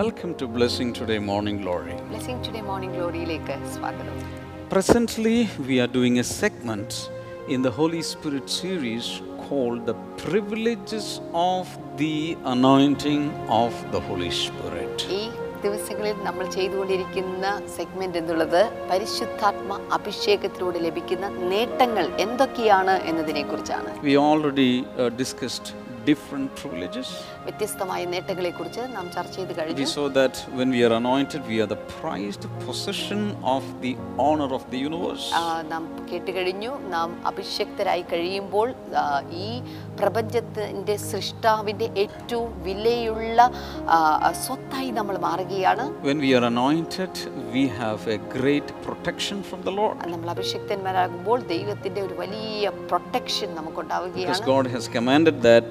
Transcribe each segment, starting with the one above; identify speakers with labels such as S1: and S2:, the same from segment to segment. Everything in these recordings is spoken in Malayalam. S1: Welcome to Blessing Today Morning Glory.
S2: Blessing Today Morning ഗ്ലോറിയിലേക്ക് സ്വാഗതം
S1: Presently, we are doing a segment in the Holy Spirit series called The Privileges of the Anointing of the Holy Spirit.
S2: ഈ ദിവസങ്ങളിൽ നമ്മൾ ചെയ്തുകൊണ്ടിരിക്കുന്ന സെഗ്മെന്റ് എന്നുള്ളത് പരിശുദ്ധാത്മ അഭിഷേകത്തിലൂടെ ലഭിക്കുന്ന നേട്ടങ്ങൾ എന്തൊക്കെയാണ് എന്നതിനെ കുറിച്ചാണ്
S1: We already uh, discussed different privileges.
S2: വ്യത്യസ്തമായ നേട്ടങ്ങളെ കുറിച്ച് നാം ചർച്ച ചെയ്ത്
S1: We
S2: കഴിഞ്ഞു
S1: saw that when we are anointed, we are the prized possession of the honor of the universe.
S2: ആ, നാം കേട്ടുകഴിഞ്ഞു നാം അഭിഷക്തരായി കഴിയുമ്പോൾ ആ, ഈ പ്രപഞ്ചത്തിൻ്റെ സൃഷ്ടാവിൻ്റെ ഏറ്റവും വിലയുള്ള ആ, സ്വത്തായി നമ്മൾ മാറുകയാണ്
S1: When we are anointed, we have a great protection from the Lord.
S2: നമ്മൾ അഭിഷക്തന്മാരാകുമ്പോൾ ദൈവത്തിൻ്റെ ഒരു വലിയ പ്രൊട്ടക്ഷൻ നമുക്കുണ്ടാവുകയാണ്
S1: Because God has commanded that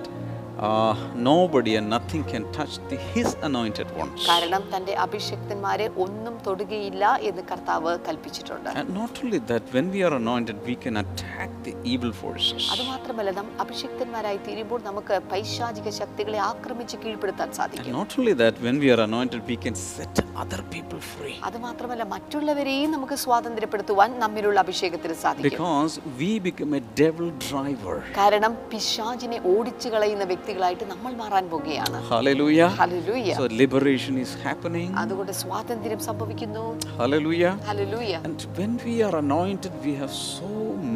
S1: uh, nobody and nothing can touch the, His anointed ones.
S2: കാരണം തൻ്റെ അഭിഷക്തന്മാരെ ഒന്നും തൊടുകയില്ല എന്ന് കർത്താവ് കൽപ്പിച്ചിട്ടുണ്ട്
S1: And not only that, when we are anointed, we can attack the evil forces.
S2: അതുമാത്രമല്ല നാം അഭിഷക്തന്മാരായി തീരുമ്പോൾ നമുക്ക് പൈശാചിക ശക്തികളെ ആക്രമിച്ച് കീഴ്പ്പെടുത്താൻ
S1: And
S2: സാധിക്കും
S1: not only that, when we are anointed, we can set other people free.
S2: അതുമാത്രമല്ല മറ്റുള്ളവരെയും നമുക്ക് സ്വാതന്ത്ര്യപ്പെടുത്തുവാൻ നമ്മിലുള്ള അഭിഷേകത്തിന് സാധിക്കും
S1: Because we become a devil driver.
S2: കാരണം പിശാചിനെ ഓടിച്ചു കളയുന്ന വ്യക്തികളായിട്ട് നമ്മൾ മാറാൻ പോകുകയാണ്
S1: Hallelujah.
S2: Hallelujah
S1: So liberation is happening.
S2: അതുകൊണ്ട് സ്വാതന്ത്ര്യം സംഭവിക്കുന്നു
S1: Hallelujah.
S2: Hallelujah
S1: And when we are anointed, we have so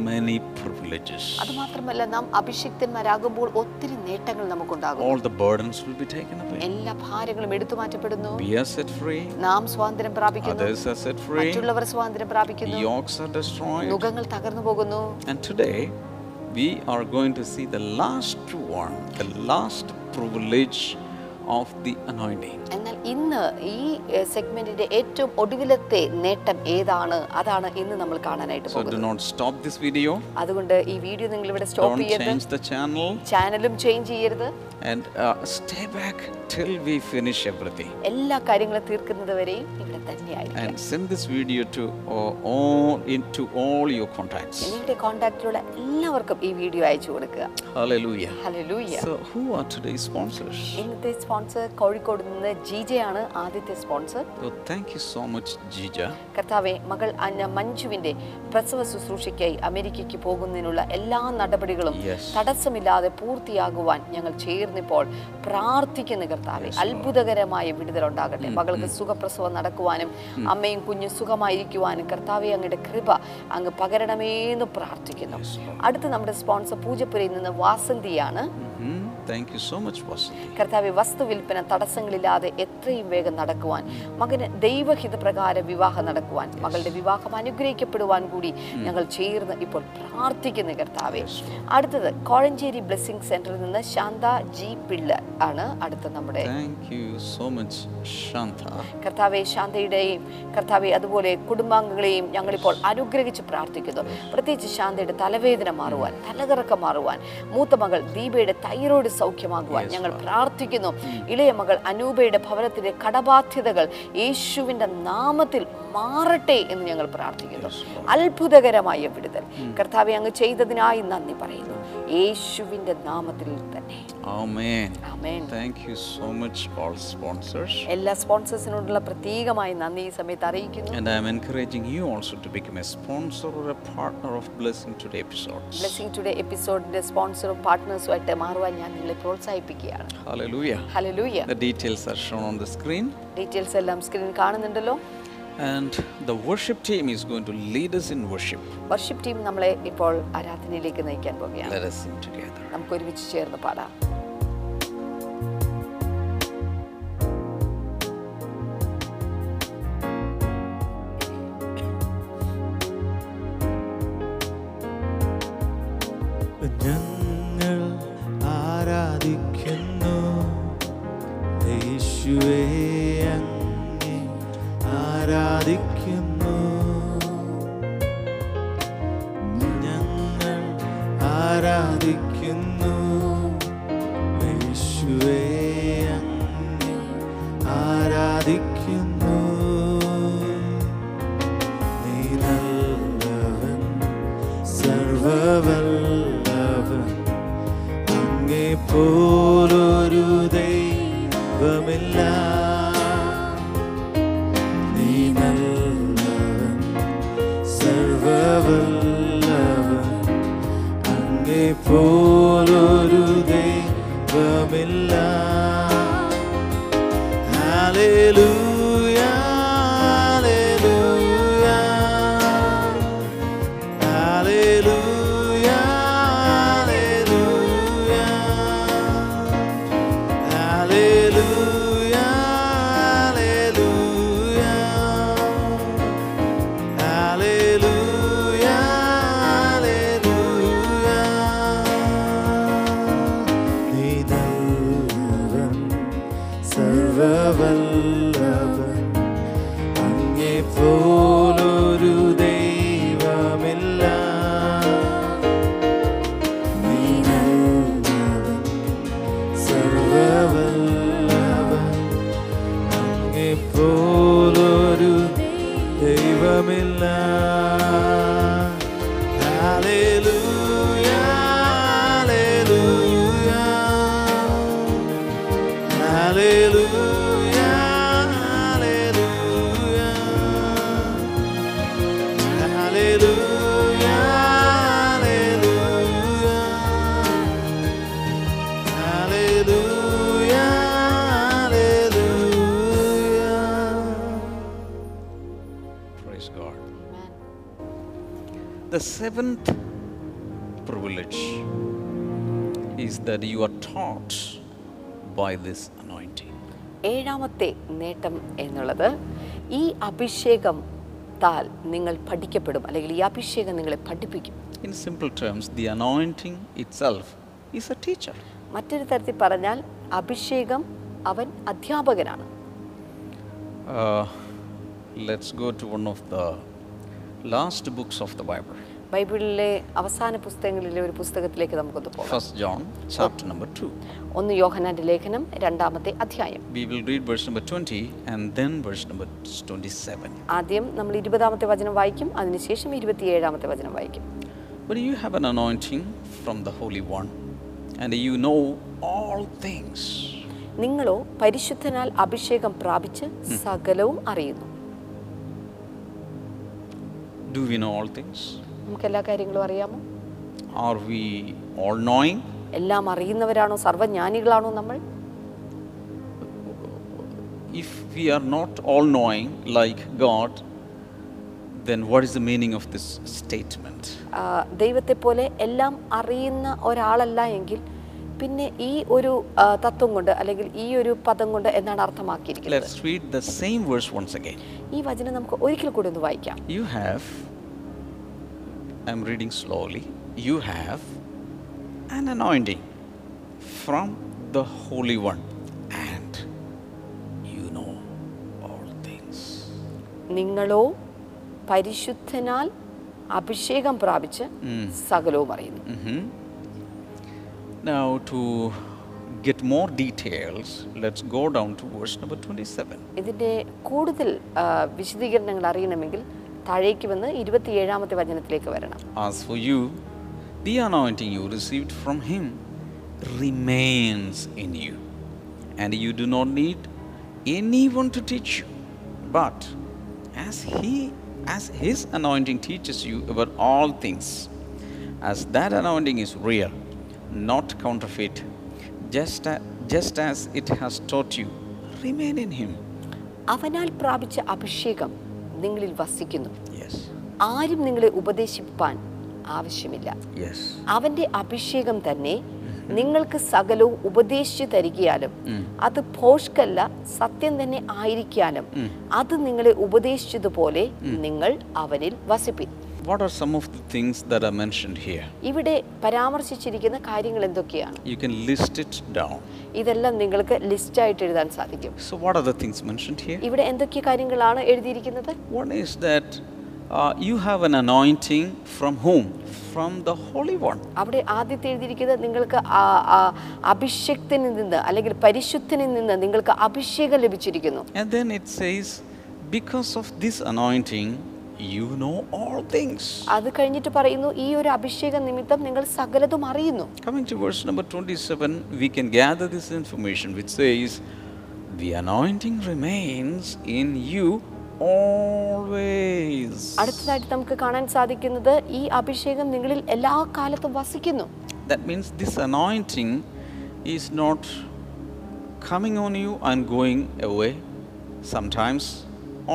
S1: many privileges.
S2: അതുമാത്രമല്ല നാം അഭിഷിക്തന്മാരാകുമ്പോൾ ഒത്തിരി നേട്ടങ്ങൾ നമുക്കുണ്ടാകും
S1: All the burdens will be taken away.
S2: എല്ലാ ഭാരങ്ങളും എടുത്തു മാറ്റപ്പെടുന്നു
S1: We are set free.
S2: നാം സ്വാതന്ത്ര്യം പ്രാപിക്കുന്നു
S1: Others are set free.
S2: മറ്റുള്ളവർ സ്വാതന്ത്ര്യം പ്രാപിക്കുന്നു
S1: Yokes are destroyed.
S2: മുഖങ്ങൾ തകർന്നു പോകുന്നു
S1: And today, we are going to see the last one, the last privilege of the anointing.
S2: എന്നാൽ ഇന്ന് ഈ സെഗ്മെന്റിന്റെ ഏറ്റവും ഒടുവിലത്തെ നേട്ടം ഏതാണ് അതാണ് ഇന്ന് നമ്മൾ കാണാനായിട്ട്
S1: So do
S2: പോകുന്നത്
S1: not stop this video.
S2: അതുകൊണ്ട് ഈ വീഡിയോ നിങ്ങൾ ഇവിടെ
S1: Don't
S2: സ്റ്റോപ്പ് ചെയ്യരുത്
S1: change the channel
S2: ചാനലും ചേഞ്ച് ചെയ്യരുത്
S1: and uh, stay back till we finish everything.
S2: എല്ലാ കാര്യങ്ങളും തീർക്കുന്നത് വരെയും ഇവിടെ തന്നെയായിരിക്കും
S1: And send this video to uh, all into all your contacts.
S2: നിങ്ങളുടെ കോൺടാക്റ്റിലുള്ള എല്ലാവർക്കും ഈ വീഡിയോ അയച്ചു കൊടുക്കുക
S1: Hallelujah.
S2: Hallelujah
S1: So who are today's sponsors?
S2: ഇന്നത്തെ സ്പോൺസർ കോഴിക്കോട് നിന്ന് ജി ജെ ആണ് ആദ്യത്തെ sponsor
S1: Oh, thank you so much, Jija.
S2: കർത്താവെ മകൾ അന്ന മഞ്ജുവിന്റെ പ്രസവ ശുശ്രൂഷയ്ക്കായി അമേരിക്കയ്ക്ക് പോകുന്നതിനുള്ള എല്ലാ നടപടികളും
S1: Yes.
S2: തടസ്സമില്ലാതെ പൂർത്തിയാകുവാൻ ഞങ്ങൾ ചേർന്നിപ്പോൾ പ്രാർത്ഥിക്കുന്ന കർത്താവെ അത്ഭുതകരമായ വിടുതലുണ്ടാകട്ടെ മകൾക്ക് സുഖപ്രസവം നടക്കുവാനും അമ്മയും കുഞ്ഞും സുഖമായിരിക്കുവാനും കർത്താവെ അങ്ങയുടെ കൃപ അങ്ങ് പകരണമേ എന്ന് പ്രാർത്ഥിക്കുന്നു അടുത്ത നമ്മുടെ സ്പോൺസർ പൂജപ്പുരയിൽ നിന്ന് വാസന്തിയാണ്
S1: hmm Thank you so much, Vasanthi.
S2: കർത്താവ് വസ്തു വിൽപ്പന തടസ്സങ്ങളില്ലാതെ എത്രയും വേഗം നടക്കുവാൻ മകന് ദൈവഹിതപ്രകാരം വിവാഹം നടക്കുവാൻ മകളുടെ വിവാഹം അനുഗ്രഹിക്കപ്പെടുവാൻ കൂടി ഞങ്ങൾ ചേർന്ന് ഇപ്പോൾ പ്രാർത്ഥിക്കുന്നു കർത്താവെ അടുത്തത് കോഴഞ്ചേരി ബ്ലെസ്സിംഗ് സെന്ററിൽ നിന്ന് ശാന്ത ജി പിള്ള ആണ് അടുത്ത നമ്മുടെ
S1: Thank you so much, Shanta.
S2: കർത്താവെ ശാന്തയുടെയും കർത്താവെ അതുപോലെ കുടുംബാംഗങ്ങളെയും ഞങ്ങളിപ്പോൾ അനുഗ്രഹിച്ച് പ്രാർത്ഥിക്കുന്നു പ്രത്യേകിച്ച് ശാന്തയുടെ തലവേദന മാറുവാൻ തലകറക്കം മാറുവാൻ മൂത്ത മകൾ ദീപയുടെ തൈറോയ്ഡ് സൗഖ്യമാകുവാൻ ഞങ്ങൾ പ്രാർത്ഥിക്കുന്നു ഇളയ മകൾ അനൂപയുടെ ഭവനത്തിലെ കടബാധ്യതകൾ യേശുവിൻ്റെ നാമത്തിൽ മാറട്ടെ എന്ന് ഞങ്ങൾ പ്രാർത്ഥിക്കുന്നു അത്ഭുതകരമായ വിടുതൽ കർത്താവെ അങ്ങ് ചെയ്തതിനായി നന്ദി പറയുന്നു യേശുവിൻ്റെ നാമത്തിൽ തന്നെ
S1: Amen.
S2: Amen
S1: Thank you so much, all sponsors.
S2: എല്ലാ സ്പോൺസേഴ്സിനോടുള്ള പ്രത്യേകമായ നന്ദി ഈ സമയത്ത് അറിയിക്കുന്നു
S1: And I am encouraging you also to become a sponsor or a partner of Blessing Today episodes.
S2: Blessing today എപ്പിസോഡിന്റെ സ്പോൺസറും പാർട്ട്നേഴ്സും ആയിട്ട് മാറുവാൻ ഞാൻ നിങ്ങളെ പ്രോത്സാഹിപ്പിക്കുകയാണ്
S1: Hallelujah.
S2: Hallelujah
S1: The details are shown on the screen.
S2: Details എല്ലാം സ്ക്രീനിൽ കാണുന്നുണ്ടല്ലോ
S1: And the worship team is going to lead us in worship.
S2: Worship team നമ്മളെ ഇപ്പോൾ ആരാധനയിലേക്ക് നയിക്കാൻ പോകുകയാണ്
S1: Let us sing together.
S2: നമുക്ക് ഒരുമിച്ച് ചേർന്ന് പാടാം
S3: ഞങ്ങൾ ആരാധിക്കുന്നു യേശുവേ അങ്ങേ ആരാധിക്കുന്നു ഞങ്ങൾ ആരാധിക്കുന്നു യേശുവേ അങ്ങേ ആരാധിക്കുന്നു നീ നല്ലവൻ സർവവല്ലവൻ അങ്ങേ പോലൊരു ദൈവമില്ല വല്ലവൻ അങ്ങേ പോലൊരു ദൈവമില്ല ഹല്ലേലൂയ ഹല്ലേലൂയ ഹല്ലേലൂയ hallelujah Hallelujah, hallelujah, hallelujah, hallelujah. നീ നല്ലവൻ, സർവ്വവല്ലവൻ, അങ്ങേപ്പോലൊരു ദൈവമില്ല നീ നല്ലവൻ സർവവല്ലവൻ അങ്ങേപ്പോലൊരു ദൈവമില്ല ഹല്ലേലൂയ, ഹല്ലേലൂയ, ഹല്ലേലൂയ, ഹല്ലേലൂയ, ഹല്ലേലൂയ, hallelujah. Hallelujah, hallelujah.
S1: Praise God. The seventh privilege is that you are taught by this anointing.
S2: ഏഴാമത്തെ നേട്ടം എന്നുള്ളത് ഈ അഭിഷേകം താൽ നിങ്ങൾ പഠിക്കപ്പെടും അല്ലെങ്കിൽ ഈ അഭിഷേകം നിങ്ങളെ പഠിപ്പിക്കും
S1: In simple terms, the anointing itself is a teacher.
S2: മറ്റൊരു തരത്തിൽ പറഞ്ഞാൽ അഭിഷേകം അവൻ അധ്യാപകനാണ്
S1: Uh, let's go to one of the last books of the Bible.
S2: ബൈബിളിലെ അവസാന പുസ്തകങ്ങളിലെ ഒരു പുസ്തകത്തിലേക്ക് നമുക്കൊന്ന് പോകാം
S1: First John, chapter number 2.
S2: ഒന്ന് യോഹനാന്റെ ലേഖനം രണ്ടാമത്തെ അധ്യായം
S1: We will read verse number 20 and then verse number 27.
S2: ആദ്യം നമ്മൾ ഇരുപതാമത്തെ വചനം വായിക്കും അതിനുശേഷം ഇരുപത്തിയേഴാമത്തെ വചനം വായിക്കും
S1: But you have an anointing from the Holy One, and you know all things.
S2: നിങ്ങളോ പരിശുദ്ധനാൽ അഭിഷേകം പ്രാപിച്ച് സകലവും അറിയുന്നു
S1: Do we know all things?
S2: നമുക്ക് എല്ലാ കാര്യങ്ങളും അറിയാമോ
S1: Are we all knowing?
S2: എല്ലാം അറിയുന്നവരാണോ സർവ്വജ്ഞാനികളാണോ നമ്മൾ
S1: If we are not all knowing like God, then what is the meaning of this statement?
S2: ആ, ദൈവത്തെ പോലെ എല്ലാം അറിയുന്ന ഒരാളല്ല എങ്കിൽ പിന്നെ ഈ ഒരു ആ, തത്വം കൊണ്ട് അല്ലെങ്കിൽ ഈ ഒരു പദം കൊണ്ട് എന്നാണ് അർത്ഥമാക്കിയിരിക്കുന്നത്
S1: Let's read the same verse once again.
S2: ഈ വചനം നമുക്ക് ഒരിക്കൽ കൂടി ഒന്ന് വായിക്കാം
S1: You have, I'm reading slowly, you have an anointing from the Holy One, and you know all things.
S2: നിങ്ങളോ പരിശുദ്ധനാൽ അഭിഷേകം പ്രാപിച്ച് സകലവും അറിയുന്നു
S1: Mhm. Now, to get more details, let's go down to verse number 27.
S2: ഇതിൻ്റെ കൂടുതൽ ആ, വിശദീകരണങ്ങൾ അറിയണമെങ്കിൽ താഴേക്ക് വന്ന് ഇരുപത്തിയേഴാമത്തെ വചനത്തിലേക്ക് വരണം
S1: As for you, the anointing you received from him remains in you, and you do not need anyone to teach you. But as he as his anointing teaches you about all things, as that anointing is real, not counterfeit, just, a, just as it has taught you, remain in him.
S2: അവനാൽ പ്രാപിച്ച അഭിഷേകം നിങ്ങളിൽ വസിക്കുന്നു
S1: Yes.
S2: ആരും നിങ്ങളെ ഉപദേശിപ്പാൻ ആവശ്യമില്ല
S1: Yes.
S2: അവന്റെ അഭിഷേകം തന്നെ നിങ്ങൾക്ക് സകലവും ഉപദേശിച്ചു തരികയാലും അത് ഭോഷ്കല്ല സത്യം തന്നെ ആയിരിക്കാനും അത് നിങ്ങളെ ഉപദേശിച്ചതുപോലെ നിങ്ങൾ അവനിൽ വസിപ്പിൻ
S1: What are some of the things that are mentioned here?
S2: ഇവിടെ പരാമർശിച്ചിരിക്കുന്ന കാര്യങ്ങൾ എന്തൊക്കെയാണ്
S1: You can list it down.
S2: ഇതെല്ലാം നിങ്ങൾക്ക് ലിസ്റ്റായിട്ട് എഴുതാൻ സാധിക്കും
S1: So, what are the things mentioned here?
S2: ഇവിടെ എന്തൊക്കെ കാര്യങ്ങളാണ് എഴുതിയിരിക്കുന്നത്
S1: One is that uh, you have an anointing from whom? From the Holy One.
S2: അവിടെ ആദ്യത്തെ എഴുതിയിരിക്കുന്നത് നിങ്ങൾക്ക് ആ- ആ അഭിഷക്തനിൽ നിന്ന് അല്ലെങ്കിൽ പരിശുദ്ധനിൽ നിന്ന് നിങ്ങൾക്ക് അഭിഷേകം ലഭിച്ചിരിക്കുന്നു
S1: And then it says, because of this anointing, you know all things.
S2: അത് കഴിഞ്ഞിട്ട് പറയുന്നു ഈ ഒരു അഭിഷേക നിമിത്തം നിങ്ങൾ സകലതും അറിയുന്നു
S1: Coming to verse number 27, we can gather this information which says, the anointing remains in you always.
S2: അടുത്തതായിട്ട് നമുക്ക് കാണാൻ സാധിക്കുന്നത് ഈ അഭിഷേകം നിങ്ങളിൽ എല്ലാ കാലത്തും വസിക്കുന്നു
S1: That means this anointing is not coming on you and going away. Sometimes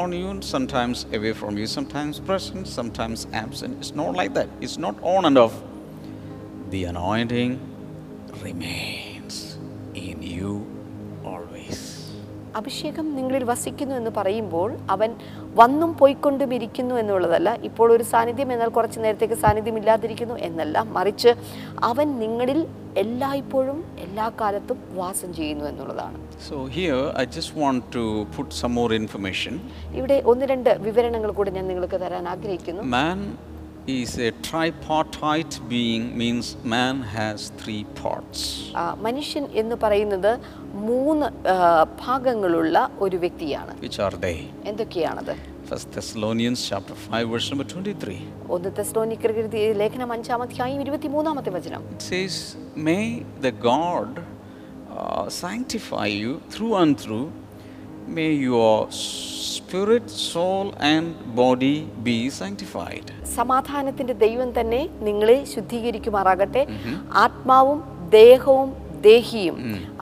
S1: on you, sometimes away from you, sometimes present, sometimes absent. It's not like that. It's not on and off. The anointing remains in you always.
S2: അഭിഷേകം നിങ്ങളിൽ വസിക്കുന്നു എന്ന് പറയുമ്പോൾ അവൻ വന്നും പോയിക്കൊണ്ടും ഇരിക്കുന്നു എന്നുള്ളതല്ല ഇപ്പോൾ ഒരു സാന്നിധ്യം എന്നാൽ കുറച്ച് നേരത്തേക്ക് സാന്നിധ്യം ഇല്ലാതിരിക്കുന്നു എന്നല്ല മറിച്ച് അവൻ നിങ്ങളിൽ എല്ലായ്പ്പോഴും എല്ലാ കാലത്തും വാസം ചെയ്യുന്നു എന്നുള്ളതാണ്
S1: So here I just want to put some more information.
S2: ഇവിടെ ഒന്ന് രണ്ട് വിവരണങ്ങൾ കൂടി ഞാൻ നിങ്ങൾക്ക് തരാൻ ആഗ്രഹിക്കുന്നു
S1: Man is a tripartite being means man has three parts.
S2: ആ, മനുഷ്യൻ എന്ന് പറയുന്നത് മൂന്ന് ആ, ഭാഗങ്ങളുള്ള ഒരു വ്യക്തിയാണ്
S1: Which are they?
S2: എന്തൊക്കെയാണത്
S1: First Thessalonians chapter 5 verse number 23.
S2: ഒന്ന് തെസ്ലോനിക്കർ ലേഖനം അഞ്ചാം അധ്യായം ഇരുപത്തി മൂന്നാമത്തെ വചനം
S1: It says, "May the God uh, sanctify you through and through. May your spirit, soul and body be sanctified."
S2: സമാധാനത്തിന്റെ ദൈവം തന്നെ നിങ്ങളെ ശുദ്ധീകരിക്കുമാറാകട്ടെ ആത്മാവും ദേഹവും ദേഹിയും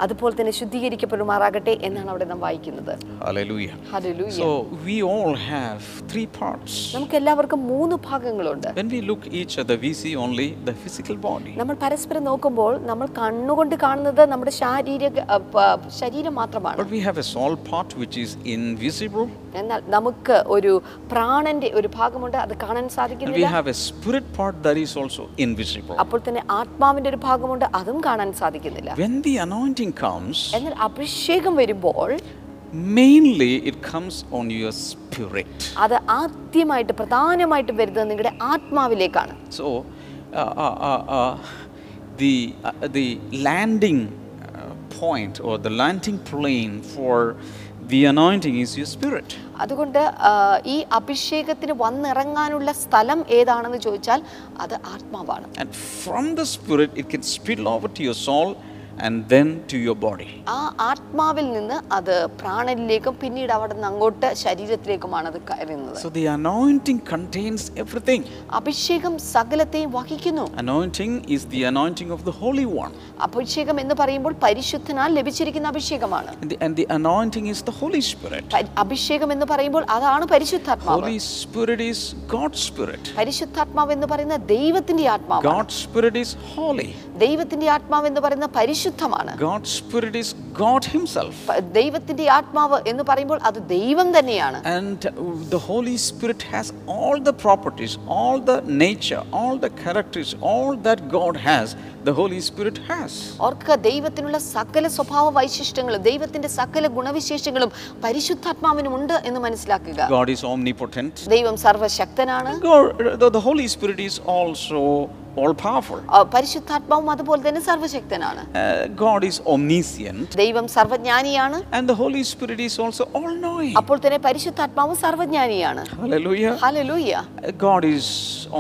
S2: അതുപോലെ തന്നെ ശുദ്ധീകരിക്കപ്പെടുമാറാകട്ടെ എന്നാണ് അവിടെ നാം വായിക്കുന്നത്
S1: Hallelujah.
S2: Hallelujah
S1: So we all have three parts.
S2: നമുക്ക് എല്ലാവർക്കും മൂന്ന് ഭാഗങ്ങളുണ്ട്
S1: When we look each other, we see only the physical body.
S2: നമ്മൾ പരസ്പരം നോക്കുമ്പോൾ നമ്മൾ കണ്ണുകൊണ്ട് കാണുന്നത് നമ്മുടെ ശാരീരിക അ, പ- ശരീരം മാത്രമാണ്
S1: But we have a soul part which is invisible,
S2: എന്നാൽ നമുക്ക് ഒരു പ്രാണന്റെ ഒരു ഭാഗമുണ്ട് അത് കാണാൻ
S1: and we
S2: സാധിക്കുന്നില്ല
S1: have a spirit part that is also invisible.
S2: അപ്പോൾ തന്നെ ആത്മാവിന്റെ ഒരു ഭാഗമുണ്ട് അതും കാണാൻ സാധിക്കുന്നില്ല
S1: When the anointing comes,
S2: എന്നാൽ അഭിഷേകം വരുമ്പോൾ
S1: mainly it comes on your spirit.
S2: അത് ആദ്യമായിട്ട് പ്രധാനമായിട്ടും വരുന്നത് നിങ്ങളുടെ ആത്മാവിലേക്കാണ്
S1: So, uh, uh, uh, uh, the uh, the landing uh, point or the landing plane for the anointing is your spirit.
S2: അതുകൊണ്ട് ആ, ഈ അഭിഷേകത്തിന് വന്നിറങ്ങാനുള്ള സ്ഥലം ഏതാണെന്ന് ചോദിച്ചാൽ അത് ആത്മാവാണ്
S1: And from the spirit, it can spill over to your soul and then to your body.
S2: ആ ആത്മാവിൽ നിന്ന് അത് പ്രാണനിലേക്കും പിന്നീട് അവിടെ നിന്ന് അങ്ങോട്ട് ശരീരത്തിലേക്കുമാണ് അത് കയറുന്നത്
S1: So, the anointing contains everything.
S2: അഭിഷേകം സകലത്തെയും വഹിക്കുന്നു
S1: Anointing is the anointing of the Holy One,
S2: അഭിഷേകം എന്ന് പറയുമ്പോൾ പരിശുദ്ധനാൽ ലഭിച്ചിരിക്കുന്ന അഭിഷേകമാണ്
S1: and the, and the anointing is the Holy Spirit.
S2: പരി- അഭിഷേകം എന്ന് പറയുമ്പോൾ അതാണ് പരിശുദ്ധാത്മാവ്
S1: Holy Spirit is God's Spirit.
S2: പരിശുദ്ധാത്മാവ് എന്ന് പറയുന്ന ദൈവത്തിന്റെ ആത്മാവ്
S1: God's Spirit is holy.
S2: ദൈവത്തിന്റെ ആത്മാവ് എന്ന് പറയുന്ന പരിശുദ്ധമാണ്
S1: God's Spirit is God Himself.
S2: പ- ദൈവത്തിന്റെ ആത്മാവ് എന്ന് പറയുമ്പോൾ അത് ദൈവം തന്നെയാണ്
S1: And the Holy Spirit has all the properties, all the nature, all the characters, all that God has, the Holy Spirit has.
S2: ഓർക്കുക ദൈവത്തിനുള്ള സകല സ്വഭാവ വൈശിഷ്ട്യങ്ങളും ദൈവത്തിന്റെ സകല ഗുണവിശേഷങ്ങളും പരിശുദ്ധാത്മാവിനുമുണ്ട് എന്ന് മനസ്സിലാക്കുക
S1: God is omnipotent.
S2: ദൈവം സർവശക്തനാണ്
S1: God, the, the Holy Spirit is also all powerful.
S2: ആ, പരിശുദ്ധാത്മാവും അതുപോലെ തന്നെ സർവശക്തനാണ്
S1: Uh, God is omniscient.
S2: ദൈവം സർവജ്ഞാനിയാണ്
S1: And the Holy Spirit is also all knowing.
S2: അപ്പോൾ തന്നെ പരിശുദ്ധാത്മാവും സർവജ്ഞാനിയാണ്
S1: Hallelujah.
S2: Hallelujah
S1: Uh, God is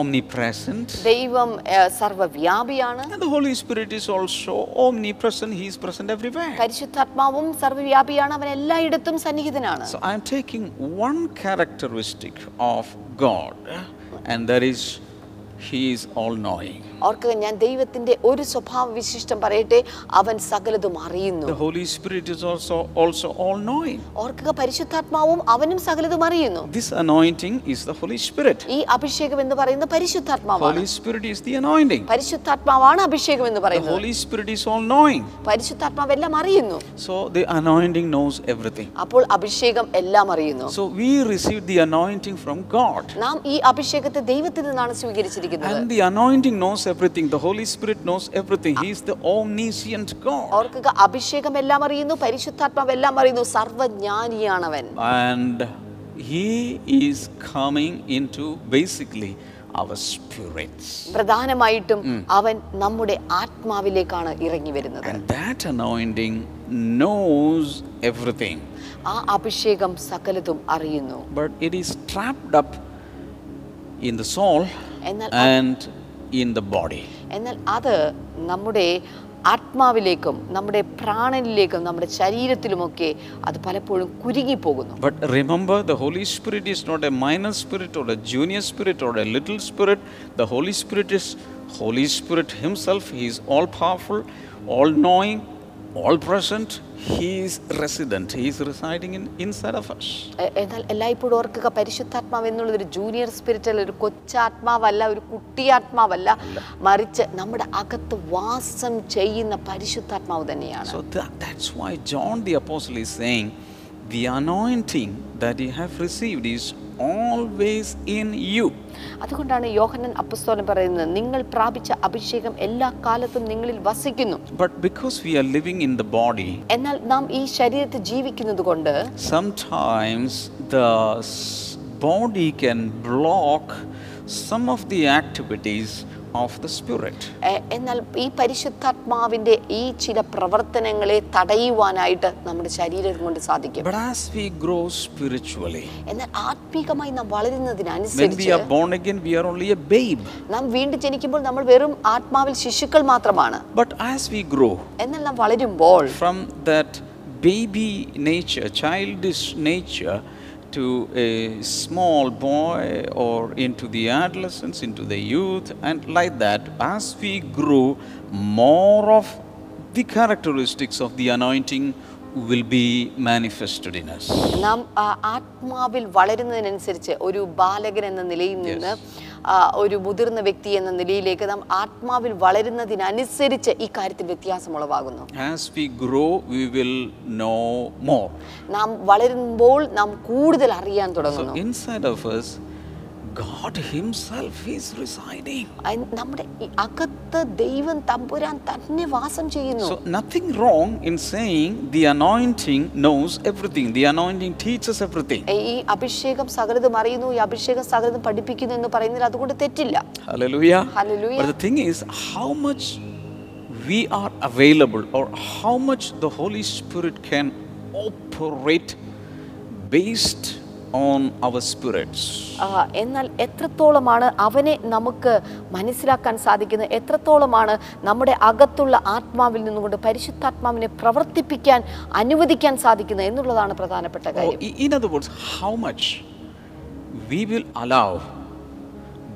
S1: omnipresent.
S2: ദൈവം ഏ, സർവവ്യാപിയാണ്
S1: And the Holy Spirit is also omnipresent. He is present everywhere.
S2: പരിശുദ്ധാത്മാവും സർവവ്യാപിയാണ് അവൻ എല്ലായിടത്തും സന്നിഹിതനാണ്
S1: So I am taking one characteristic of God, and that is He is all knowing.
S2: ഓർക്കുക ഞാൻ ദൈവത്തിന്റെ ഒരു സ്വഭാവ വിശിഷ്ടം പറയട്ടെ അവൻ സകലതും അറിയുന്നു
S1: The Holy Spirit is also also all knowing.
S2: ഓർക്കുക പരിശുദ്ധാത്മാവും അവനും സകലതും അറിയുന്നു
S1: This anointing is the Holy Spirit.
S2: ഈ അഭിഷേകം എന്ന് പറയുന്ന പരിശുദ്ധാത്മാവാണ്
S1: Holy Spirit is the anointing.
S2: പരിശുദ്ധാത്മാവാണ് അഭിഷേകം എന്ന്
S1: The
S2: പറയുന്നത്
S1: Holy Spirit is all knowing.
S2: പരിശുദ്ധാത്മാവ് എല്ലാം അറിയുന്നു
S1: So the anointing knows everything.
S2: അപ്പോൾ അഭിഷേകം എല്ലാം അറിയുന്നു
S1: So we receive the anointing from God.
S2: നാം ഈ അഭിഷേകത്തെ ദൈവത്തിൽ നിന്നാണ് സ്വീകരിച്ചിരിക്കുന്നത്
S1: And the anointing knows everything. The Holy Spirit knows everything. He is the omniscient God.
S2: ഓർക്കുക അഭിഷേകം എല്ലാം അറിയുന്നു പരിശുദ്ധാത്മാവ് എല്ലാം അറിയുന്നു സർവജ്ഞാനിയാണവൻ
S1: And He is coming into basically our spirits.
S2: പ്രധാനമായിട്ടും അവൻ നമ്മുടെ ആത്മാവിലേക്കാണ് ഇറങ്ങി വരുന്നത്
S1: And that anointing knows everything.
S2: ആ അഭിഷേകം സകലതും അറിയുന്നു
S1: But it is trapped up in the soul
S2: എന്നാൽ
S1: and in the body.
S2: എന്നാൽ അത് നമ്മുടെ ആത്മാവിലേക്കും നമ്മുടെ പ്രാണനിലേക്കും നമ്മുടെ ശരീരത്തിലുമൊക്കെ അത് പലപ്പോഴും കുരുങ്ങിപ്പോകുന്നു
S1: But remember, the Holy Spirit is not a minor spirit or a junior spirit or a little spirit. The Holy Spirit is Holy Spirit Himself. He is all powerful, all knowing, all present. He is resident. He is residing in, inside of us.
S2: എ- എന്നാൽ എല്ലായ്പ്പോഴും ഓർക്കുക പരിശുദ്ധാത്മാവ് എന്നുള്ളത് ഒരു ജൂനിയർ സ്പിരിറ്റൽ ഒരു കൊച്ചാത്മാവല്ല ഒരു കുട്ടിയാത്മാവല്ല മറിച്ച് നമ്മുടെ അകത്ത് വാസം ചെയ്യുന്ന പരിശുദ്ധാത്മാവ് തന്നെയാണ്
S1: So tha- that's why John the Apostle is saying, The anointing that you have received is always in you.
S2: അതുകൊണ്ടാണ് യോഹന്നൻ അപ്പസ്തോലൻ പറയുന്നത് നിങ്ങൾ പ്രാപിച്ച അഭിഷേകം എല്ലാ കാലത്തും നിങ്ങളിൽ വസിക്കുന്നു
S1: But because we are living in the body,
S2: എന്നാൽ നാം ഈ ശരീരത്തിൽ ജീവിക്കുന്നത് കൊണ്ട്
S1: sometimes the s- body can block some of the activities of the spirit
S2: എ- എന്നാൽ ഈ പരിശുദ്ധാത്മാവിൻ്റെ ഈ ചില പ്രവർത്തനങ്ങളെ തടയുവാനായിട്ട് നമ്മുടെ ശരീരം കൊണ്ട് സാധിക്കും
S1: but as we grow spiritually
S2: എന്നാൽ ആത്മീകമായി നാം
S1: when we
S2: വളരുന്നതിനനുസരിച്ച്
S1: are born again we are only a babe
S2: നാം വീണ്ടും ജനിക്കുമ്പോൾ നമ്മൾ വെറും ആത്മാവിൽ ശിശുക്കൾ മാത്രമാണ്
S1: but as we grow
S2: എന്നാൽ നാം വളരുമ്പോൾ
S1: from that baby nature childish nature to a small boy or into the adolescence into the youth and like that as we grow more of the characteristics of the anointing will be manifested in us
S2: നാം ആ, ആത്മാവിൽ വളരുന്നതിനനുസരിച്ച് ഒരു ബാലകൻ എന്ന നിലയിൽ നിന്ന് ആ, ഒരു മുതിർന്ന വ്യക്തി എന്ന നിലയിലേക്ക് നാം ആത്മാവിൽ വളരുന്നതിനനുസരിച്ച് ഈ കാര്യത്തിൽ വ്യത്യാസം ഉളവാകുന്നു
S1: as we grow we will know more
S2: നാം വളരുമ്പോൾ നാം കൂടുതൽ അറിയാൻ
S1: so
S2: തുടങ്ങുന്നു
S1: inside of us god himself is residing
S2: അയ് നമ്മുടെ ഈ അകത്ത് ദൈവം തമ്പുരാൻ തന്നെ വാസം ചെയ്യുന്നു
S1: So, nothing wrong in saying the anointing knows everything, the anointing teaches everything.
S2: ഈ- ഈ അഭിഷേകം സകലതും അറിയുന്നു ഈ അഭിഷേകം സകലതും പഠിപ്പിക്കുന്നു എന്ന് പറയുന്നതിൽ അതുകൊണ്ട് തെറ്റില്ല
S1: Hallelujah.
S2: Hallelujah.
S1: But the thing is, how much we are available or how much the Holy Spirit can operate based on our spirits.
S2: ആ, എന്നാൽ എത്രത്തോളമാണ് അവനെ നമുക്ക് മനസ്സിലാക്കാൻ സാധിക്കുന്നത് എത്രത്തോളമാണ് നമ്മുടെ അകത്തുള്ള ആത്മാവിൽ നിന്നുകൊണ്ട് പരിശുദ്ധാത്മാവിനെ പ്രവർത്തിപ്പിക്കാൻ അനുവദിക്കാൻ സാധിക്കുന്നത് എന്നുള്ളതാണ് പ്രധാനപ്പെട്ട
S1: Or,
S2: കാര്യം
S1: i- in other words, how much we will allow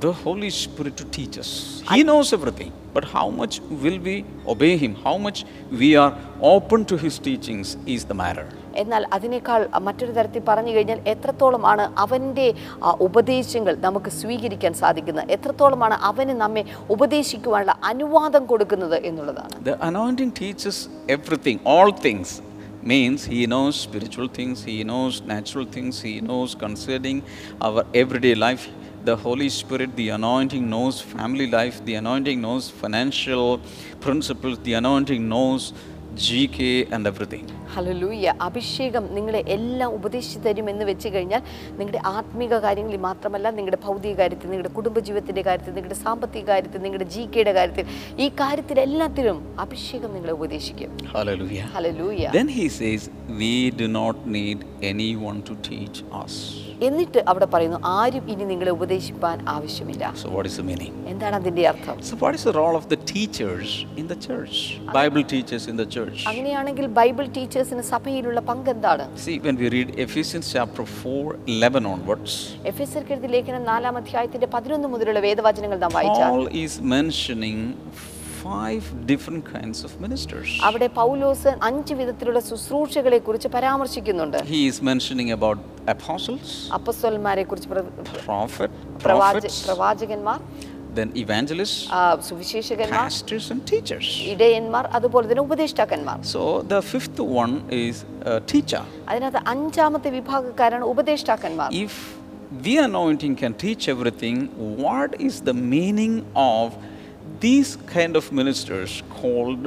S1: the Holy Spirit to teach us. He knows everything, but how much will we obey Him? How much we are open to His teachings is the matter.
S2: എന്നാൽ അതിനേക്കാൾ മറ്റൊരു തരത്തിൽ പറഞ്ഞു കഴിഞ്ഞാൽ എത്രത്തോളമാണ് അവൻ്റെ ആ, ഉപദേശങ്ങൾ നമുക്ക് സ്വീകരിക്കാൻ സാധിക്കുന്നത് എത്രത്തോളമാണ് അവന് നമ്മെ ഉപദേശിക്കുവാനുള്ള അനുവാദം കൊടുക്കുന്നത് എന്നുള്ളതാണ്
S1: The anointing teaches everything, all things. Means he knows spiritual things, he knows natural things, he knows concerning our everyday life. The Holy Spirit, the anointing knows family life, the anointing knows financial principles, the anointing knows GK and everything.
S2: ഹലലൂയ അഭിഷേകം നിങ്ങളെ എല്ലാം ഉപദേശിച്ചു തരും എന്ന് വെച്ച് കഴിഞ്ഞാൽ നിങ്ങളുടെ ആത്മീക കാര്യങ്ങളിൽ മാത്രമല്ല നിങ്ങളുടെ ഭൗതിക കാര്യത്തിൽ നിങ്ങളുടെ കുടുംബജീവിതത്തിൻ്റെ കാര്യത്തിൽ നിങ്ങളുടെ സാമ്പത്തിക കാര്യത്തിൽ നിങ്ങളുടെ ജി കെയുടെ കാര്യത്തിൽ ഈ കാര്യത്തിലെല്ലാത്തിലും അഭിഷേകം നിങ്ങളെ ഉപദേശിക്കും
S1: Hallelujah.
S2: Hallelujah
S1: Then he says, We do not need anyone to teach us.
S2: എന്നിട്ട് അവിടെ പറയുന്നു ആരും ഇനി നിങ്ങളെ ഉപദേശിപ്പാൻ ആവശ്യമില്ല
S1: So, what is the meaning?
S2: എന്താണ് അതിൻ്റെ അർത്ഥം
S1: So, what is the role of the teachers in the church? Bible teachers in the church.
S2: അങ്ങനെയാണെങ്കിൽ ബൈബിൾ ടീച്ചേഴ്സിന് സഭയിലുള്ള പങ്ക് എന്താണ്
S1: See, when we read Ephesians chapter 4, 11 onwards,
S2: എഫ് എസ് എൽ ലേഖനം നാലാം അധ്യായത്തിന്റെ പതിനൊന്ന് മുതലുള്ള വേദവാചനങ്ങൾ നാം വായിച്ചാൽ
S1: Paul is mentioning five different kinds of ministers.
S2: അവിടെ പൗലോസ് അഞ്ച് വിധത്തിലുള്ള ശുശ്രൂഷകളെ കുറിച്ച് പരാമർശിക്കുന്നുണ്ട്
S1: He is mentioning about apostles,
S2: അപ്പസ്വലന്മാരെ കുറിച്ച്
S1: prophet, prophets,
S2: പ്രവാചകന്മാർ
S1: then evangelists,
S2: ആ, സുവിശേഷകന്മാർ
S1: pastors, and teachers.
S2: ഇടയന്മാർ അതുപോലെ തന്നെ ഉപദേഷ്ടാക്കന്മാർ
S1: So the fifth one is a teacher.
S2: അതിനകത്ത് അഞ്ചാമത്തെ വിഭാഗക്കാരാണ് ഉപദേഷ്ടാക്കന്മാർ
S1: If the anointing can teach everything, what is the meaning of these kind of ministers called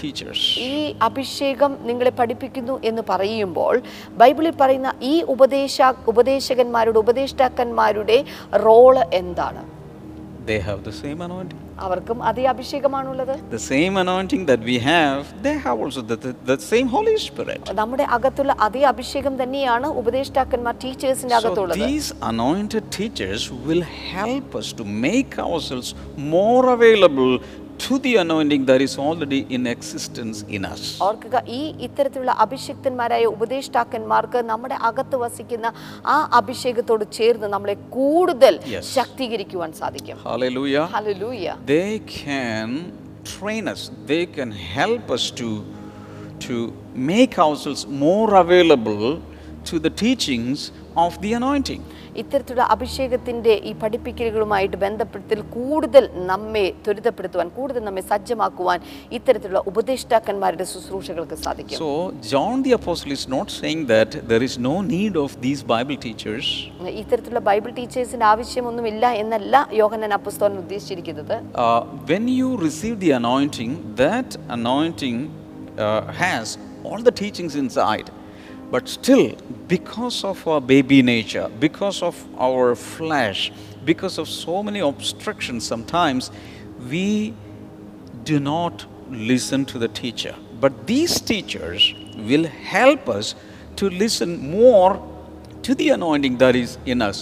S1: teachers?
S2: ഈ അഭിഷേകം നിങ്ങളെ പഠിപ്പിക്കുന്നു എന്ന് പറയുമ്പോൾ ബൈബിളിൽ പറയുന്ന ഈ ഉപദേശ ഉപദേശകന്മാരുടെ ഉപദേഷ്ടാക്കന്മാരുടെ റോള് എന്താണ്
S1: They have the same anointing.
S2: അവർക്കും അതേ അഭിഷേകമാണുള്ളത്
S1: The same anointing that we have, they have also the, the, the same Holy Spirit.
S2: നമ്മുടെ അകത്തുള്ള അതേ അഭിഷേകം തന്നെയാണ് ഉപദേഷ്ടാക്കന്മാർ ടീച്ചേഴ്സിന്റെ
S1: So
S2: അകത്തുള്ളത്
S1: these anointed teachers will help us to make ourselves more available to the anointing that is already in existence in us.
S2: ഓർക്കുക ഈ ഇത്തരത്തിലുള്ള അഭിഷിക്തന്മാരായ ഉപദേഷ്ടാക്കന്മാർക്ക് നമ്മുടെ അകത്ത് വസിക്കുന്ന ആ അഭിഷേകത്തോട് ചേർന്ന് നമ്മളെ കൂടുതൽ
S1: Yes.
S2: ശക്തീകരിക്കുവാൻ സാധിക്കും
S1: Hallelujah.
S2: Hallelujah
S1: They can train us, they can help us to, to make ourselves more available to the teachings of the anointing.
S2: ഇത്തരത്തിലുള്ള അഭിഷേകത്തിന്റെ ഈ പഠിപ്പിക്കലുകളുമായിട്ട് ബന്ധപ്പെടുത്തിൽ കൂടുതൽ നമ്മെ ത്വരിതപ്പെടുത്തുവാൻ കൂടുതൽ നമ്മെ സജ്ജമാക്കുവാൻ ഇത്തരത്തിലുള്ള ഉപദേഷ്ടാക്കന്മാരുടെ ശുശ്രൂഷകൾക്ക് സാധിക്കും
S1: So, John the Apostle is not saying that there is no need of these Bible teachers.
S2: ഇത്തരത്തിലുള്ള ബൈബിൾ ടീച്ചേഴ്സിന്റെ ആവശ്യമൊന്നുമില്ല എന്നല്ല യോഹനൻ അപ്പസ്തോലൻ ഉദ്ദേശിച്ചിരിക്കുന്നത്
S1: Uh, when you receive the anointing, that anointing uh, has all the teachings inside. But still, because of our baby nature, because of our flesh, because of so many obstructions, sometimes we do not listen to the teacher. But these teachers will help us to listen more to the anointing that is in us.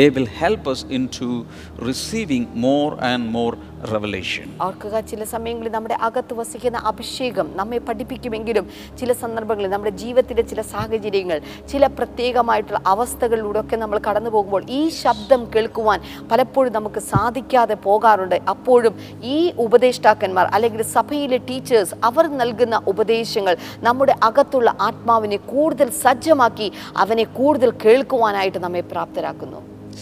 S1: They will help us into receiving more and more revelation.
S2: ഓർക്കുക ചില സമയങ്ങളിൽ നമ്മുടെ അകത്ത് വസിക്കുന്ന അഭിഷേകം നമ്മെ പഠിപ്പിക്കുമെങ്കിലും ചില സന്ദർഭങ്ങളിൽ നമ്മുടെ ജീവിതത്തിലെ ചില സാഹചര്യങ്ങൾ ചില പ്രത്യേകമായിട്ടുള്ള അവസ്ഥകളിലൂടെ ഒക്കെ നമ്മൾ കടന്നു പോകുമ്പോൾ ഈ ശബ്ദം കേൾക്കുവാൻ പലപ്പോഴും നമുക്ക് സാധിക്കാതെ പോകാറുണ്ട് അപ്പോഴും ഈ ഉപദേഷ്ടാക്കന്മാർ അല്ലെങ്കിൽ സഭയിലെ ടീച്ചേഴ്സ് അവർ നൽകുന്ന ഉപദേശങ്ങൾ നമ്മുടെ അകത്തുള്ള ആത്മാവിനെ കൂടുതൽ സജ്ജമാക്കി അവനെ കൂടുതൽ കേൾക്കുവാനായിട്ട് നമ്മെ പ്രാപ്തരാക്കുന്നു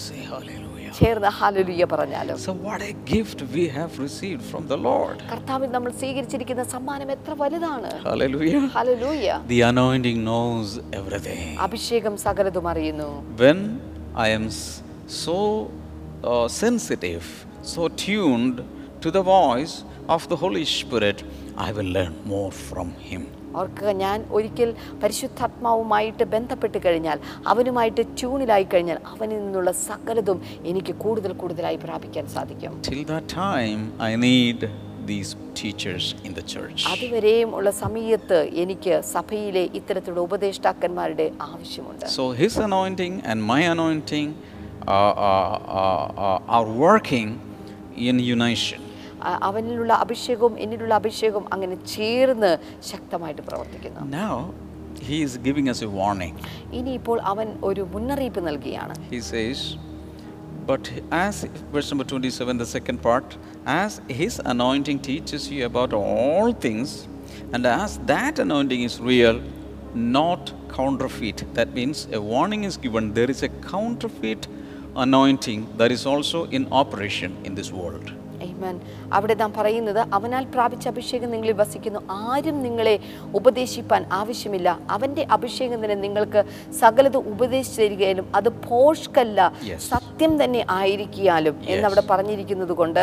S1: Say hallelujah.
S2: ചേർന്ന് ഹാലുലിയ പറഞ്ഞാലും
S1: So, what a gift we have received from the Lord.
S2: കർത്താവിൽ നമ്മൾ സ്വീകരിച്ചിരിക്കുന്ന സമ്മാനം എത്ര വലുതാണ്
S1: Hallelujah.
S2: Hallelujah
S1: The anointing knows everything.
S2: അഭിഷേകം സകലതും അറിയുന്നു
S1: when I am s- so uh, sensitive, so tuned to the voice of the Holy Spirit, I will learn more from Him.
S2: ഓർക്കുക ഞാൻ ഒരിക്കൽ പരിശുദ്ധാത്മാവുമായിട്ട് ബന്ധപ്പെട്ട് കഴിഞ്ഞാൽ അവനുമായിട്ട് ട്യൂണിലായി കഴിഞ്ഞാൽ അവനിൽ നിന്നുള്ള സകലതും എനിക്ക് കൂടുതൽ കൂടുതലായി പ്രാപിക്കാൻ സാധിക്കും
S1: Till that time, I need these teachers in the church.
S2: അതുവരെയും ഉള്ള സമയത്ത് എനിക്ക് സഭയിലെ ഇത്തരത്തിലുള്ള ഉപദേഷ്ടാക്കന്മാരുടെ ആവശ്യമുണ്ട്
S1: So, His anointing and my anointing uh, uh, uh, uh, are working in unison.
S2: ആ- അവനിലുള്ള അഭിഷേകവും എന്നിലുള്ള അഭിഷേകവും അങ്ങനെ ചേർന്ന് ശക്തമായിട്ട് പ്രവർത്തിക്കുന്നു
S1: Now, He is giving us a warning.
S2: ഇനിയിപ്പോൾ അവൻ ഒരു മുന്നറിയിപ്പ് നൽകുകയാണ്
S1: He says, but as, verse number 27, the second part, as his anointing teaches you about all things, and as that anointing is real, not counterfeit. That means a warning is given. There is a counterfeit anointing that is also in operation in this world.
S2: Amen. അവിടെ നാം പറയുന്നത് അവനാൽ പ്രാപിച്ച അഭിഷേകം നിങ്ങളിൽ വസിക്കുന്നു ആരും നിങ്ങളെ ഉപദേശിപ്പാൻ ആവശ്യമില്ല അവന്റെ അഭിഷേകം തന്നെ നിങ്ങൾക്ക് സകലത് ഉപദേശിച്ചു തരികയാലും അത് ഭോഷ്കല്ല
S1: Yes.
S2: സത്യം തന്നെ ആയിരിക്കിയാലും എന്നവിടെ പറഞ്ഞിരിക്കുന്നത് കൊണ്ട്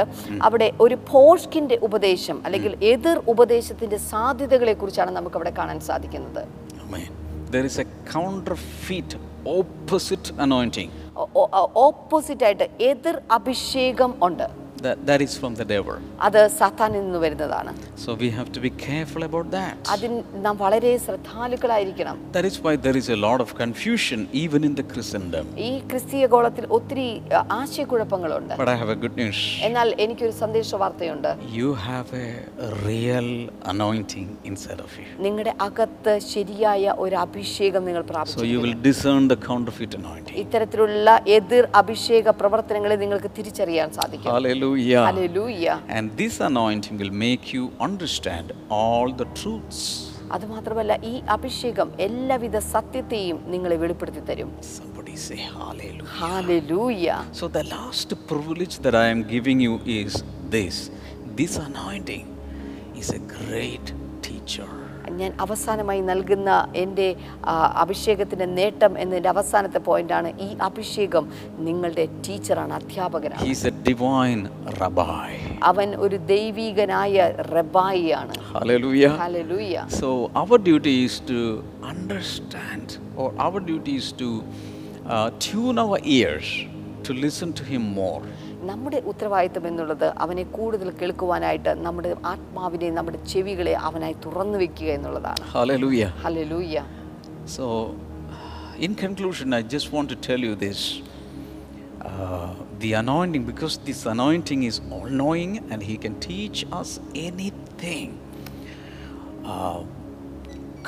S2: അവിടെ ഒരു ഭോഷ്കിന്റെ ഉപദേശം അല്ലെങ്കിൽ എതിർ ഉപദേശത്തിന്റെ സാധ്യതകളെ കുറിച്ചാണ് നമുക്ക് അവിടെ കാണാൻ സാധിക്കുന്നത്
S1: Amen. There is a counterfeit, opposite anointing
S2: opposite ആയിട്ട് എതിർ അഭിഷേകം ഉണ്ട്
S1: that, that is from the devil.
S2: അത് സാത്താനിൽ നിന്ന് വരുന്നതാണ്
S1: So we have to be careful about that.
S2: അതിൽ നാം വളരെ ശ്രദ്ധാലുക്കളായിരിക്കണം
S1: That is why there is a lot of confusion even in the Christendom.
S2: ഈ ക്രിസ്തീയ ഗോളത്തിൽ ഒത്തിരി അ, ആശയക്കുഴപ്പങ്ങളുണ്ട്
S1: But I have a good news.
S2: എന്നാൽ എനിക്കൊരു സന്ദേശ വാർത്തയുണ്ട്
S1: You have a real anointing inside of you.
S2: നിങ്ങളുടെ അകത്ത് ശരിയായ ഒരു അഭിഷേകം
S1: So
S2: നിങ്ങൾ
S1: you will
S2: പ്രാപിച്ചു
S1: discern the counterfeit anointing.
S2: ഇത്തരത്തിലുള്ള എതിർ അഭിഷേക പ്രവർത്തനങ്ങളെ നിങ്ങൾക്ക് തിരിച്ചറിയാൻ സാധിക്കും
S1: Hallelujah.
S2: Hallelujah
S1: And this anointing will make you understand all the truths.
S2: അതുമാത്രമല്ല ഈ അഭിഷേകം എല്ലാവിധ സത്യത്തെയും നിങ്ങളെ വെളിപ്പെടുത്തി തരും
S1: Somebody say hallelujah.
S2: Hallelujah
S1: So the last privilege that I am giving you is this. This anointing is a great teacher.
S2: ഞാൻ അവസാനമായി നൽകുന്ന എൻ്റെ ആ, അഭിഷേകത്തിൻ്റെ നേട്ടം എന്നതിൻ്റെ അവസാനത്തെ പോയിന്റാണ് ഈ അഭിഷേകം നിങ്ങളുടെ ടീച്ചറാണ് അധ്യാപകനാണ്
S1: He's a divine rabbi.
S2: അവൻ ഒരു ദൈവീകനായ റബായിയാണ്
S1: Hallelujah.
S2: Hallelujah
S1: So our duty is to understand, or our duty is to uh, tune our ears to listen to Him more.
S2: നമ്മുടെ ഉത്തരവാദിത്തം എന്നുള്ളത് അവനെ കൂടുതൽ കേൾക്കുവാനായിട്ട് നമ്മുടെ ആത്മാവിനെ നമ്മുടെ ചെവികളെ അവനായി തുറന്നു വെക്കുക എന്നുള്ളതാണ്
S1: Hallelujah.
S2: Hallelujah
S1: So, in conclusion, I just want to tell you this. uh, the anointing because this anointing is all knowing and He can teach us anything. Uh,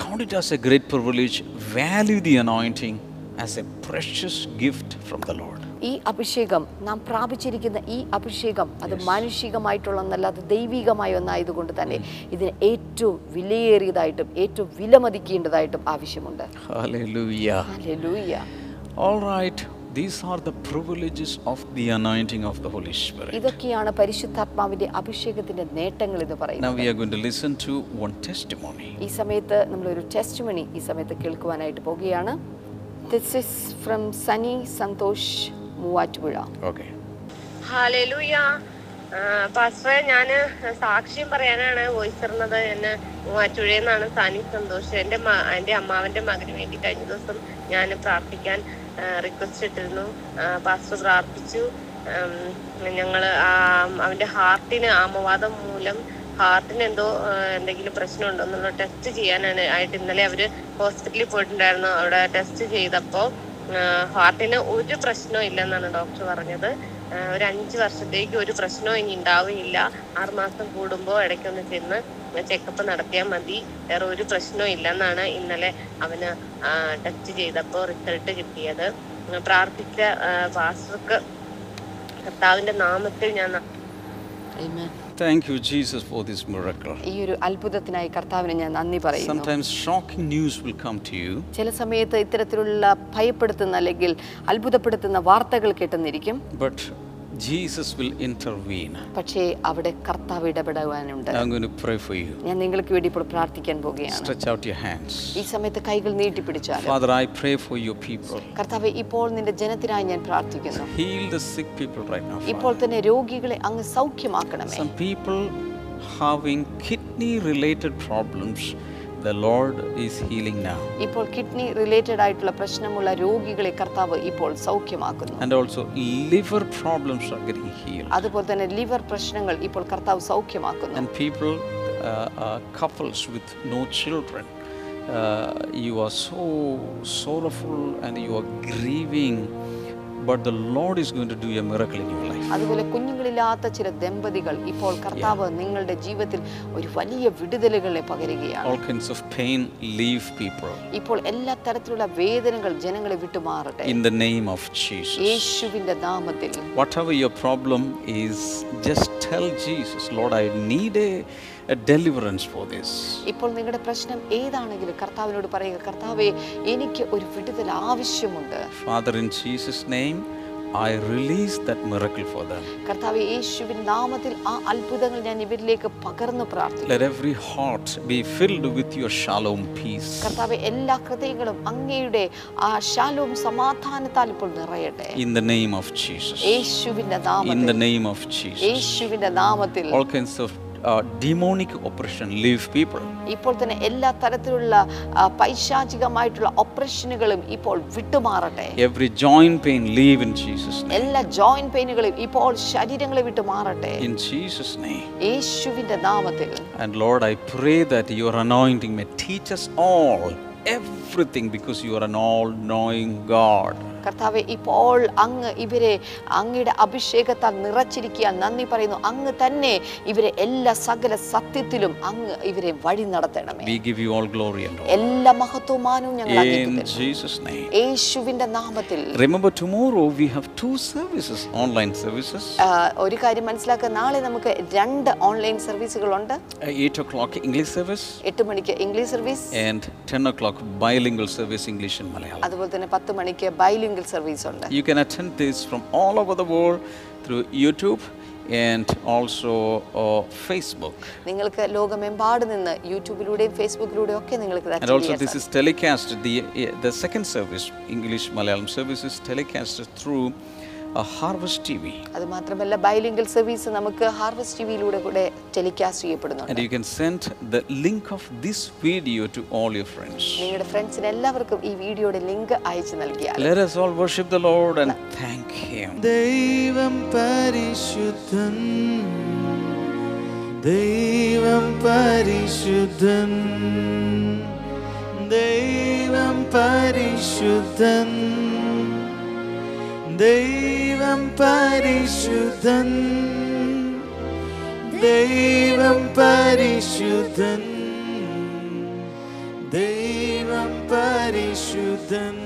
S1: count it as a great privilege, value the anointing as a precious gift from the Lord.
S2: ഈ അഭിഷേകം നാം പ്രാപിച്ചിരിക്കുന്ന ഈ അഭിഷേകം അത് മാനുഷികമായിട്ടുള്ള എന്നല്ലാതെ ദൈവികമായ ഒന്നായതുകൊണ്ട് തന്നെ ഇതിന് ഏറ്റവും വിലയേറിയതായിട്ടും ഏറ്റവും വിലമതിക്കേണ്ടതായിട്ടും ആവശ്യമുണ്ട്
S1: Hallelujah.
S2: Hallelujah.
S1: All right, these are the privileges of the anointing of the Holy Spirit.
S2: ഇതൊക്കെയാണ് പരിശുദ്ധാത്മാവിന്റെ അഭിഷേകത്തിന്റെ നേട്ടങ്ങൾ എന്ന്
S1: Now
S2: പറയുന്നത്
S1: we are going to listen to one testimony.
S2: ഈ സമയത്ത് നമ്മളൊരു ടെസ്റ്റ് മണി ഈ സമയത്ത് കേൾക്കുവാനായിട്ട് പോവുകയാണ് this is from Sunny Santhosh Muvattupuzha
S1: Okay.
S4: ഹാലൂയ പാസ്റ്ററെ ഞാൻ സാക്ഷ്യം പറയാനാണ് വോയിസ് ഇടുന്നത് എന്നെ മൂവാറ്റുഴയിൽ നിന്നാണ് സാനി സന്തോഷ് എൻ്റെ മ എൻ്റെ അമ്മാവൻ്റെ മകന് വേണ്ടി കഴിഞ്ഞ ദിവസം ഞാൻ പ്രാർത്ഥിക്കാൻ റിക്വസ്റ്റ് ഇട്ടിരുന്നു ആ, പാസ്റ്റർ പ്രാർത്ഥിച്ചു ഞങ്ങൾ അവൻ്റെ ഹാർട്ടിന് ആമവാദം മൂലം ഹാർട്ടിന് എന്തോ ആ, എന്തെങ്കിലും പ്രശ്നമുണ്ടോ എന്നുള്ള ടെസ്റ്റ് ചെയ്യാനാണ് ആയിട്ട് ഇന്നലെ അവർ ഹോസ്പിറ്റലിൽ പോയിട്ടുണ്ടായിരുന്നു അവിടെ ടെസ്റ്റ് ചെയ്തപ്പോൾ ഹാർട്ടിന് ഒരു പ്രശ്നവും ഇല്ലെന്നാണ് ഡോക്ടർ പറഞ്ഞത് ആഹ് ഒരു അഞ്ച് വർഷത്തേക്ക് ഒരു പ്രശ്നവും ഇനി ഉണ്ടാവുകയില്ല ആറുമാസം കൂടുമ്പോൾ ഇടയ്ക്കൊന്ന് ചെന്ന് ചെക്കപ്പ് നടത്തിയാൽ മതി വേറെ ഒരു പ്രശ്നവും ഇല്ലെന്നാണ് ഇന്നലെ അവന് ടെസ്റ്റ് ചെയ്തപ്പോൾ റിസൾട്ട് കിട്ടിയത് ഉം പ്രാർത്ഥിച്ച ആഹ് പാസ്റ്റർക്ക് കർത്താവിന്റെ നാമത്തിൽ ഞാൻ ന-
S1: Thank you, Jesus, for this miracle.
S2: ഈ ഒരു അത്ഭുതത്തിനായി കർത്താവിന് ഞാൻ നന്ദി പറയുന്നു
S1: Sometimes shocking news will come to you,
S2: ചില സമയത്ത് ഇത്തരത്തിലുള്ള ഭയപ്പെടുത്തുന്ന അല്ലെങ്കിൽ അത്ഭുതപ്പെടുത്തുന്ന വാർത്തകൾ കിട്ടുന്നിരിക്കും
S1: but Jesus will intervene.
S2: പക്ഷേ അവിടെ കർത്താവ് ഇടപെടുവാനുണ്ട്
S1: I'm going to pray for you.
S2: ഞാൻ നിങ്ങൾക്ക് വേണ്ടി ഇപ്പോൾ പ്രാർത്ഥിക്കാൻ പോവുകയാണ്
S1: Stretch out your hands.
S2: ഈ സമയത്ത് കൈകൾ നീട്ടിപ്പിടിച്ചാലും
S1: Father, I pray for your people.
S2: കർത്താവ് ഇപ്പോൾ നിന്റെ ജനത്തിനായി ഞാൻ പ്രാർത്ഥിക്കുന്നു
S1: Heal the sick people right now.
S2: ഇപ്പോൾ
S1: Father.
S2: തന്നെ രോഗികളെ അങ്ങ് സൗഖ്യമാക്കണമേ
S1: Some people having kidney related problems, the Lord is healing now.
S2: ഇപ്പോൾ കിഡ്നി റിലേറ്റഡ് ആയിട്ടുള്ള പ്രശ്നമുള്ള രോഗികളെ കർത്താവ് ഇപ്പോൾ സൗഖ്യമാക്കുന്നു
S1: And also, liver problems are getting healed.
S2: അതുപോലെ തന്നെ ലിവർ പ്രശ്നങ്ങൾ ഇപ്പോൾ കർത്താവ് സൗഖ്യമാക്കുന്നു
S1: And people, uh, uh, couples with no children, uh, you are so sorrowful and you are grieving, but the Lord is going to do a miracle in your life.
S2: അതുപോലെ കുഞ്ഞുങ്ങളില്ലാത്ത ചില ദമ്പതികൾ ഇപ്പോൾ കർത്താവ് നിങ്ങളുടെ ജീവിതത്തിൽ ഒരു വലിയ വിടുതലുകളെ പകരുകയാണ്
S1: All kinds of pain leave people
S2: ഇപ്പോൾ എല്ലാ തരത്തിലുള്ള വേദനകൾ ജനങ്ങളെ വിട്ടുമാറട്ടെ
S1: in the name of Jesus.
S2: യേശുവിന്റെ നാമത്തിൽ
S1: Whatever your problem is, just tell Jesus, Lord, I need a, a deliverance for this.
S2: ഇപ്പോൾ നിങ്ങളുടെ പ്രശ്നം ഏതാണെങ്കിലും കർത്താവിനോട് പറയുക കർത്താവെ എനിക്ക് ഒരു വിടുതൽ ആവശ്യമുണ്ട്
S1: Father, in Jesus' name, I release that miracle for them.
S2: കർത്താവെ യേശുവിൻ നാമത്തിൽ ആ അത്ഭുതങ്ങൾ ഞാൻ ഇവരിലേക്ക് പകർന്നു പ്രാർത്ഥിക്കും
S1: Let every heart be filled with your shalom peace.
S2: കർത്താവെ എല്ലാ ഹൃദയങ്ങളും അങ്ങയുടെ ആ ശാലവും സമാധാനത്താൽ ഇപ്പോൾ നിറയട്ടെ
S1: In the name of Jesus.
S2: യേശുവിന്റെ
S1: In the
S2: നാമത്തിൽ
S1: name of Jesus.
S2: യേശുവിന്റെ നാമത്തിൽ
S1: All kinds of uh, demonic oppression leave people.
S2: ഇപ്പോൾ തന്നെ എല്ലാ തരത്തിലുള്ള ആ, പൈശാചികമായിട്ടുള്ള ഓപ്പറേഷനുകളും ഇപ്പോൾ വിട്ടുമാറട്ടെ
S1: Every joint pain leave in Jesus' name.
S2: എല്ലാ ജോയിന്റ് പെയിനുകളും ഇപ്പോൾ ശരീരങ്ങളെ വിട്ട് മാറട്ടെ
S1: In Jesus' name.
S2: യേശുവിന്റെ നാമത്തിൽ
S1: And Lord, I pray that your anointing may teach us all everything because you are an all knowing God.
S2: കർത്താവെ ഇപ്പോൾ അങ്ങ് ഇവരെ അങ്ങയുടെ അഭിഷേകത്താൽ നിറച്ചിരിക്കുക നന്ദി പറയുന്നു അങ്ങ് തന്നെ ഇവരെ എല്ലാ സകല സത്യത്തിലും അങ്ങ് ഇവരെ വഴി നടത്തണമേ
S1: We give you all glory and all.
S2: എല്ലാ മഹത്വമാനവും ഞങ്ങൾ അങ്ങേക്ക്
S1: In
S2: തരുന്നു.
S1: Jesus' name.
S2: യേശുവിന്റെ നാമത്തിൽ
S1: Remember, tomorrow we have two services online services.
S2: ആ, ഒരു കാര്യം മനസ്സിലാക്കുക നാളെ നമുക്ക് രണ്ട് ഓൺലൈൻ സർവീസുകളുണ്ട്
S1: 8 o'clock English service
S2: എട്ട് മണിക്ക് English service
S1: and 10 o'clock bilingual service English and Malayalam.
S2: അതുപോലെ തന്നെ പത്ത് മണിക്ക് ബൈലിംഗൽ സർവീസ് ഉണ്ട്
S1: You can attend this from all over the world through YouTube and also uh, Facebook.
S2: നിങ്ങൾക്ക് ലോകമെമ്പാട് നിന്ന് യൂട്യൂബിലൂടെയും ഫേസ്ബുക്കിലൂടെയും ഒക്കെ നിങ്ങൾക്ക് ഇത്
S1: And
S2: attend
S1: also,
S2: ചെയ്യാൻ
S1: this is telecast. The eh, the second service, English Malayalam service, is telecast through uh, Harvest TV,
S2: അത് മാത്രമല്ല ബൈലിംഗൽ സർവീസ് നമുക്ക് ഹാർവസ്റ്റ് ടിവിയിലൂടെ കൂടെ ടെലികാസ്റ്റ്
S1: and
S2: ചെയ്യപ്പെടുന്നുണ്ട്
S1: you can send the link of this video to all your friends.
S2: നിങ്ങളുടെ ഫ്രണ്ട്സിന് എല്ലാവർക്കും ഈ വീഡിയോയുടെ ലിങ്ക് അയച്ചു നൽകിയാൽ
S1: Let us all worship the Lord and thank Him.
S3: ദൈവം പരിശുദ്ധൻ ദൈവം പരിശുദ്ധൻ ദൈവം പരിശുദ്ധൻ ദൈവം പരിശുദ്ധൻ ദൈവം പരിശുദ്ധൻ ദൈവം പരിശുദ്ധൻ